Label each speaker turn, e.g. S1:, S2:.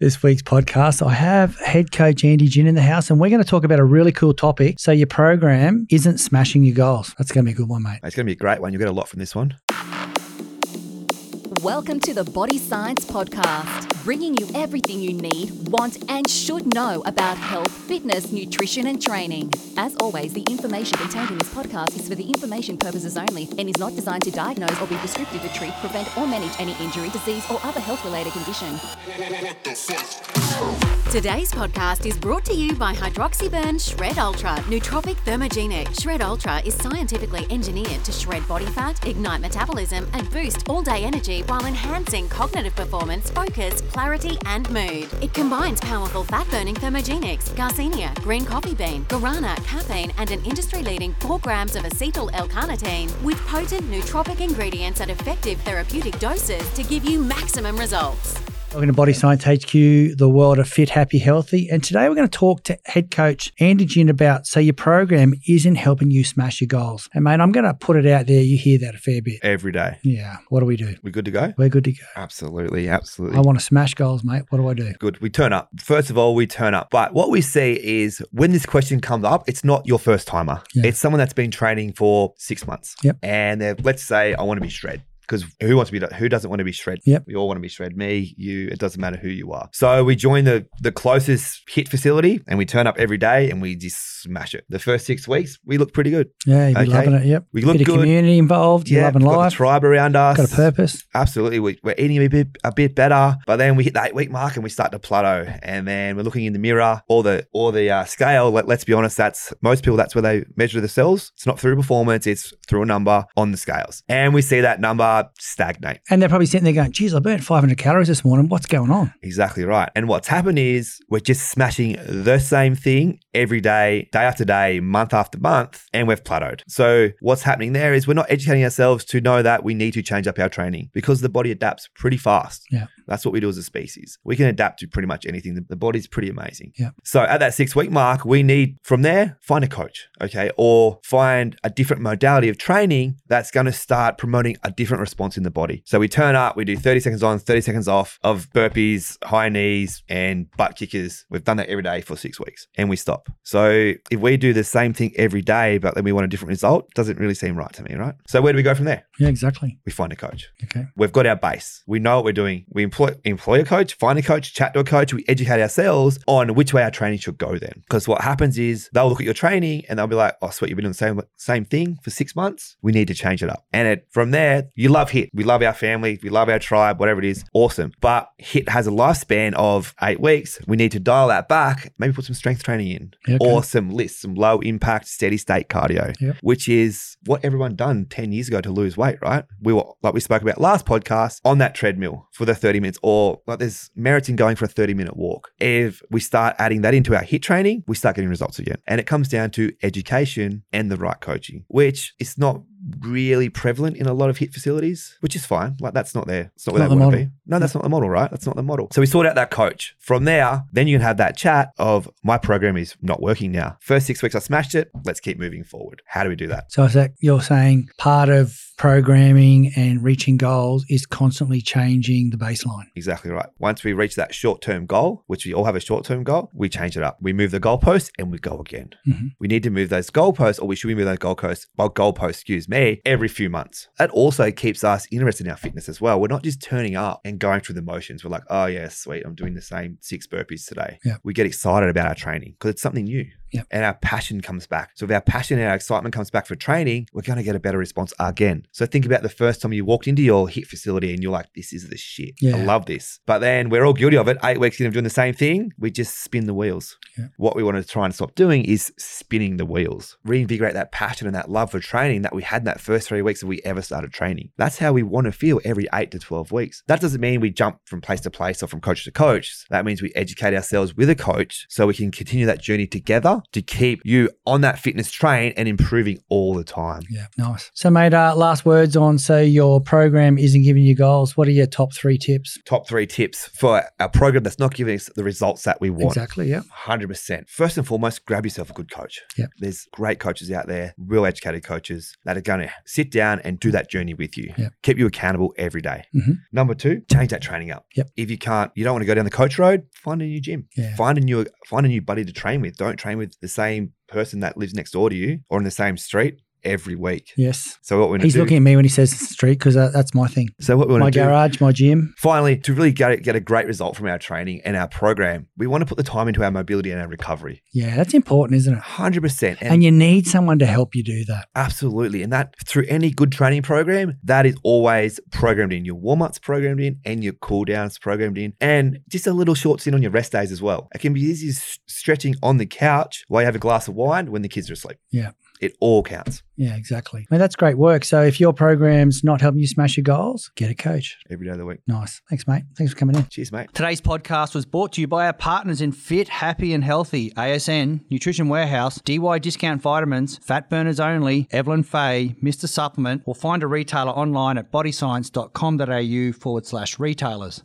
S1: this week's podcast. I have head coach Andy Ginn in the house, and we're going to talk about a really cool topic. So, your program isn't smashing your goals. That's going to be a good one, mate.
S2: It's going to be a great one. You'll get a lot from this one.
S3: Welcome to the Body Science Podcast, bringing you everything you need, want, and should know about health, fitness, nutrition, and training. As always, the information contained in this podcast is for the information purposes only and is not designed to diagnose or be prescriptive to treat, prevent, or manage any injury, disease, or other health related condition.
S4: Today's podcast is brought to you by Hydroxyburn Shred Ultra, Nootropic Thermogenic. Shred Ultra is scientifically engineered to shred body fat, ignite metabolism, and boost all day energy while enhancing cognitive performance, focus, clarity, and mood. It combines powerful fat burning thermogenics, garcinia, green coffee bean, guarana, caffeine, and an industry leading 4 grams of acetyl L carnitine with potent nootropic ingredients at effective therapeutic doses to give you maximum results.
S1: Welcome to Body Science HQ, the world of fit, happy, healthy. And today we're going to talk to head coach Andy Ginn about so your program isn't helping you smash your goals. And mate, I'm going to put it out there. You hear that a fair bit.
S2: Every day.
S1: Yeah. What do we do?
S2: We good to go?
S1: We're good to go.
S2: Absolutely. Absolutely.
S1: I want to smash goals, mate. What do I do?
S2: Good. We turn up. First of all, we turn up. But what we see is when this question comes up, it's not your first timer.
S1: Yeah.
S2: It's someone that's been training for six months.
S1: Yep.
S2: And they're, let's say I want to be shred. Because who wants to be who doesn't want to be shred?
S1: Yep.
S2: We all want to be shred. Me, you, it doesn't matter who you are. So we join the the closest hit facility and we turn up every day and we just smash it. The first six weeks, we look pretty good.
S1: Yeah, you're
S2: Okay.
S1: loving it. Yep.
S2: We look
S1: Bit of
S2: good.
S1: community involved. You're loving
S2: we've got
S1: life.
S2: the tribe around us.
S1: Got a purpose.
S2: Absolutely, we, we're eating a bit a bit better, but then we hit the eight week mark and we start to plateau. And then we're looking in the mirror or the or the uh, scale. Let, let's be honest, that's most people. That's where they measure themselves. It's not through performance; it's through a number on the scales. And we see that number stagnate.
S1: And they're probably sitting there going, geez, I burnt 500 calories this morning. What's going on?
S2: Exactly right. And what's happened is we're just smashing the same thing every day, day after day, month after month, and we've plateaued. So what's happening there is we're not educating ourselves to know that we need to change up our training because the body adapts pretty fast.
S1: Yeah.
S2: That's what we do as a species. We can adapt to pretty much anything. The, the body's pretty amazing.
S1: Yeah.
S2: So at that six week mark, we need from there, find a coach, okay, or find a different modality of training that's going to start promoting a different response in the body. So we turn up, we do 30 seconds on, 30 seconds off of burpees, high knees, and butt kickers. We've done that every day for six weeks and we stop. So if we do the same thing every day, but then we want a different result, doesn't really seem right to me, right? So where do we go from there?
S1: Yeah, exactly.
S2: We find a coach.
S1: Okay.
S2: We've got our base. We know what we're doing. We employ, employ a coach, find a coach, chat to a coach. We educate ourselves on which way our training should go then. Because what happens is they'll look at your training and they'll be like, oh, sweet, you've been doing the same, same thing for six months. We need to change it up. And it, from there, you love HIT. We love our family. We love our tribe, whatever it is. Awesome. But HIT has a lifespan of eight weeks. We need to dial that back, maybe put some strength training in
S1: Yeah, okay.
S2: or some lifts, some low impact, steady state cardio
S1: Yep.
S2: which is what everyone done 10 years ago to lose weight, right? We were, like we spoke about last podcast, on that treadmill for the 30 minutes, or like there's merit in going for a 30 minute walk. If we start adding that into our HIT training, we start getting results again. And it comes down to education and the right coaching, which is not really prevalent in a lot of HIT facilities, which is fine. Like that's not there. It's not where
S1: Not
S2: they
S1: the
S2: want to
S1: model.
S2: be. No, that's not the model, right? That's not the model. So we sort out that coach. From there, then you can have that chat of my program is not working now. First six weeks I smashed it. Let's keep moving forward. How do we do that?
S1: So is that you're saying part of programming and reaching goals is constantly changing the baseline?
S2: Exactly right. Once we reach that short term goal, which we all have a short term goal, we change it up. We move the goalpost and we go again.
S1: Mhm.
S2: We need to move those goalposts, or we should be moving those goalposts, well, goalposts, excuse me, every few months. That also keeps us interested in our fitness as well. We're not just turning up and going through the motions. We're like, oh, yeah, sweet. I'm doing the same six burpees today.
S1: Yeah.
S2: We get excited about our training because it's something new.
S1: Yeah.
S2: And our passion comes back. So if our passion and our excitement comes back for training, we're going to get a better response again. So think about the first time you walked into your HIT facility and you're like, this is the shit. I
S1: Yeah.
S2: love this. But then we're all guilty of it. Eight weeks in of doing the same thing, we just spin the wheels.
S1: Yeah.
S2: What we want to try and stop doing is spinning the wheels, reinvigorate that passion and that love for training that we had in that first three weeks that we ever started training. That's how we want to feel every eight to 12 weeks. That doesn't mean we jump from place to place or from coach to coach. That means we educate ourselves with a coach so we can continue that journey together power to keep you on that fitness train and improving all the time.
S1: Yeah, nice. So, mate, uh, last words on say your program isn't giving you goals. What are your top three tips?
S2: Top three tips for a program that's not giving us the results that we want.
S1: Exactly. Yeah.
S2: 100%. First and foremost, grab yourself a good coach.
S1: Yep.
S2: There's great coaches out there, real educated coaches that are going to sit down and do that journey with you,
S1: Yep.
S2: keep you accountable every day.
S1: Mhm.
S2: Number two, change that training up.
S1: Yep.
S2: If you can't, you don't want to go down the coach road, find a new gym.
S1: Yeah.
S2: Find a new find a new buddy to train with. Don't train with the same person that lives next door to you or in the same street every week.
S1: Yes.
S2: So what we're gonna
S1: He's
S2: do,
S1: looking at me when he says street because uh, that's my thing.
S2: So what we
S1: My
S2: want to do
S1: garage, my gym.
S2: Finally, to really get a, get a great result from our training and our program, we want to put the time into our mobility and our recovery.
S1: Yeah, that's important, isn't it?
S2: 100%. And,
S1: And you need someone to help you do that.
S2: absolutely. And that through any good training program, that is always programmed in. Your warm ups programmed in and your cool downs programmed in. And just a little short stint on your rest days as well. It can be easy as s- stretching on the couch while you have a glass of wine when the kids are asleep.
S1: Yeah.
S2: It all counts
S1: Yeah, exactly. Mate, that's great work. So, if your program's not helping you smash your goals, get a coach.
S2: every day of the week.
S1: Nice. Thanks, mate. Thanks for coming in.
S2: Cheers, mate.
S1: Today's podcast was brought to you by our partners in Fit, Happy and Healthy, ASN, Nutrition Warehouse, DY Discount Vitamins, Fat Burners Only, Evelyn Fay, Mr. Supplement, or find a retailer online at bodyscience.com.au forward slash retailers.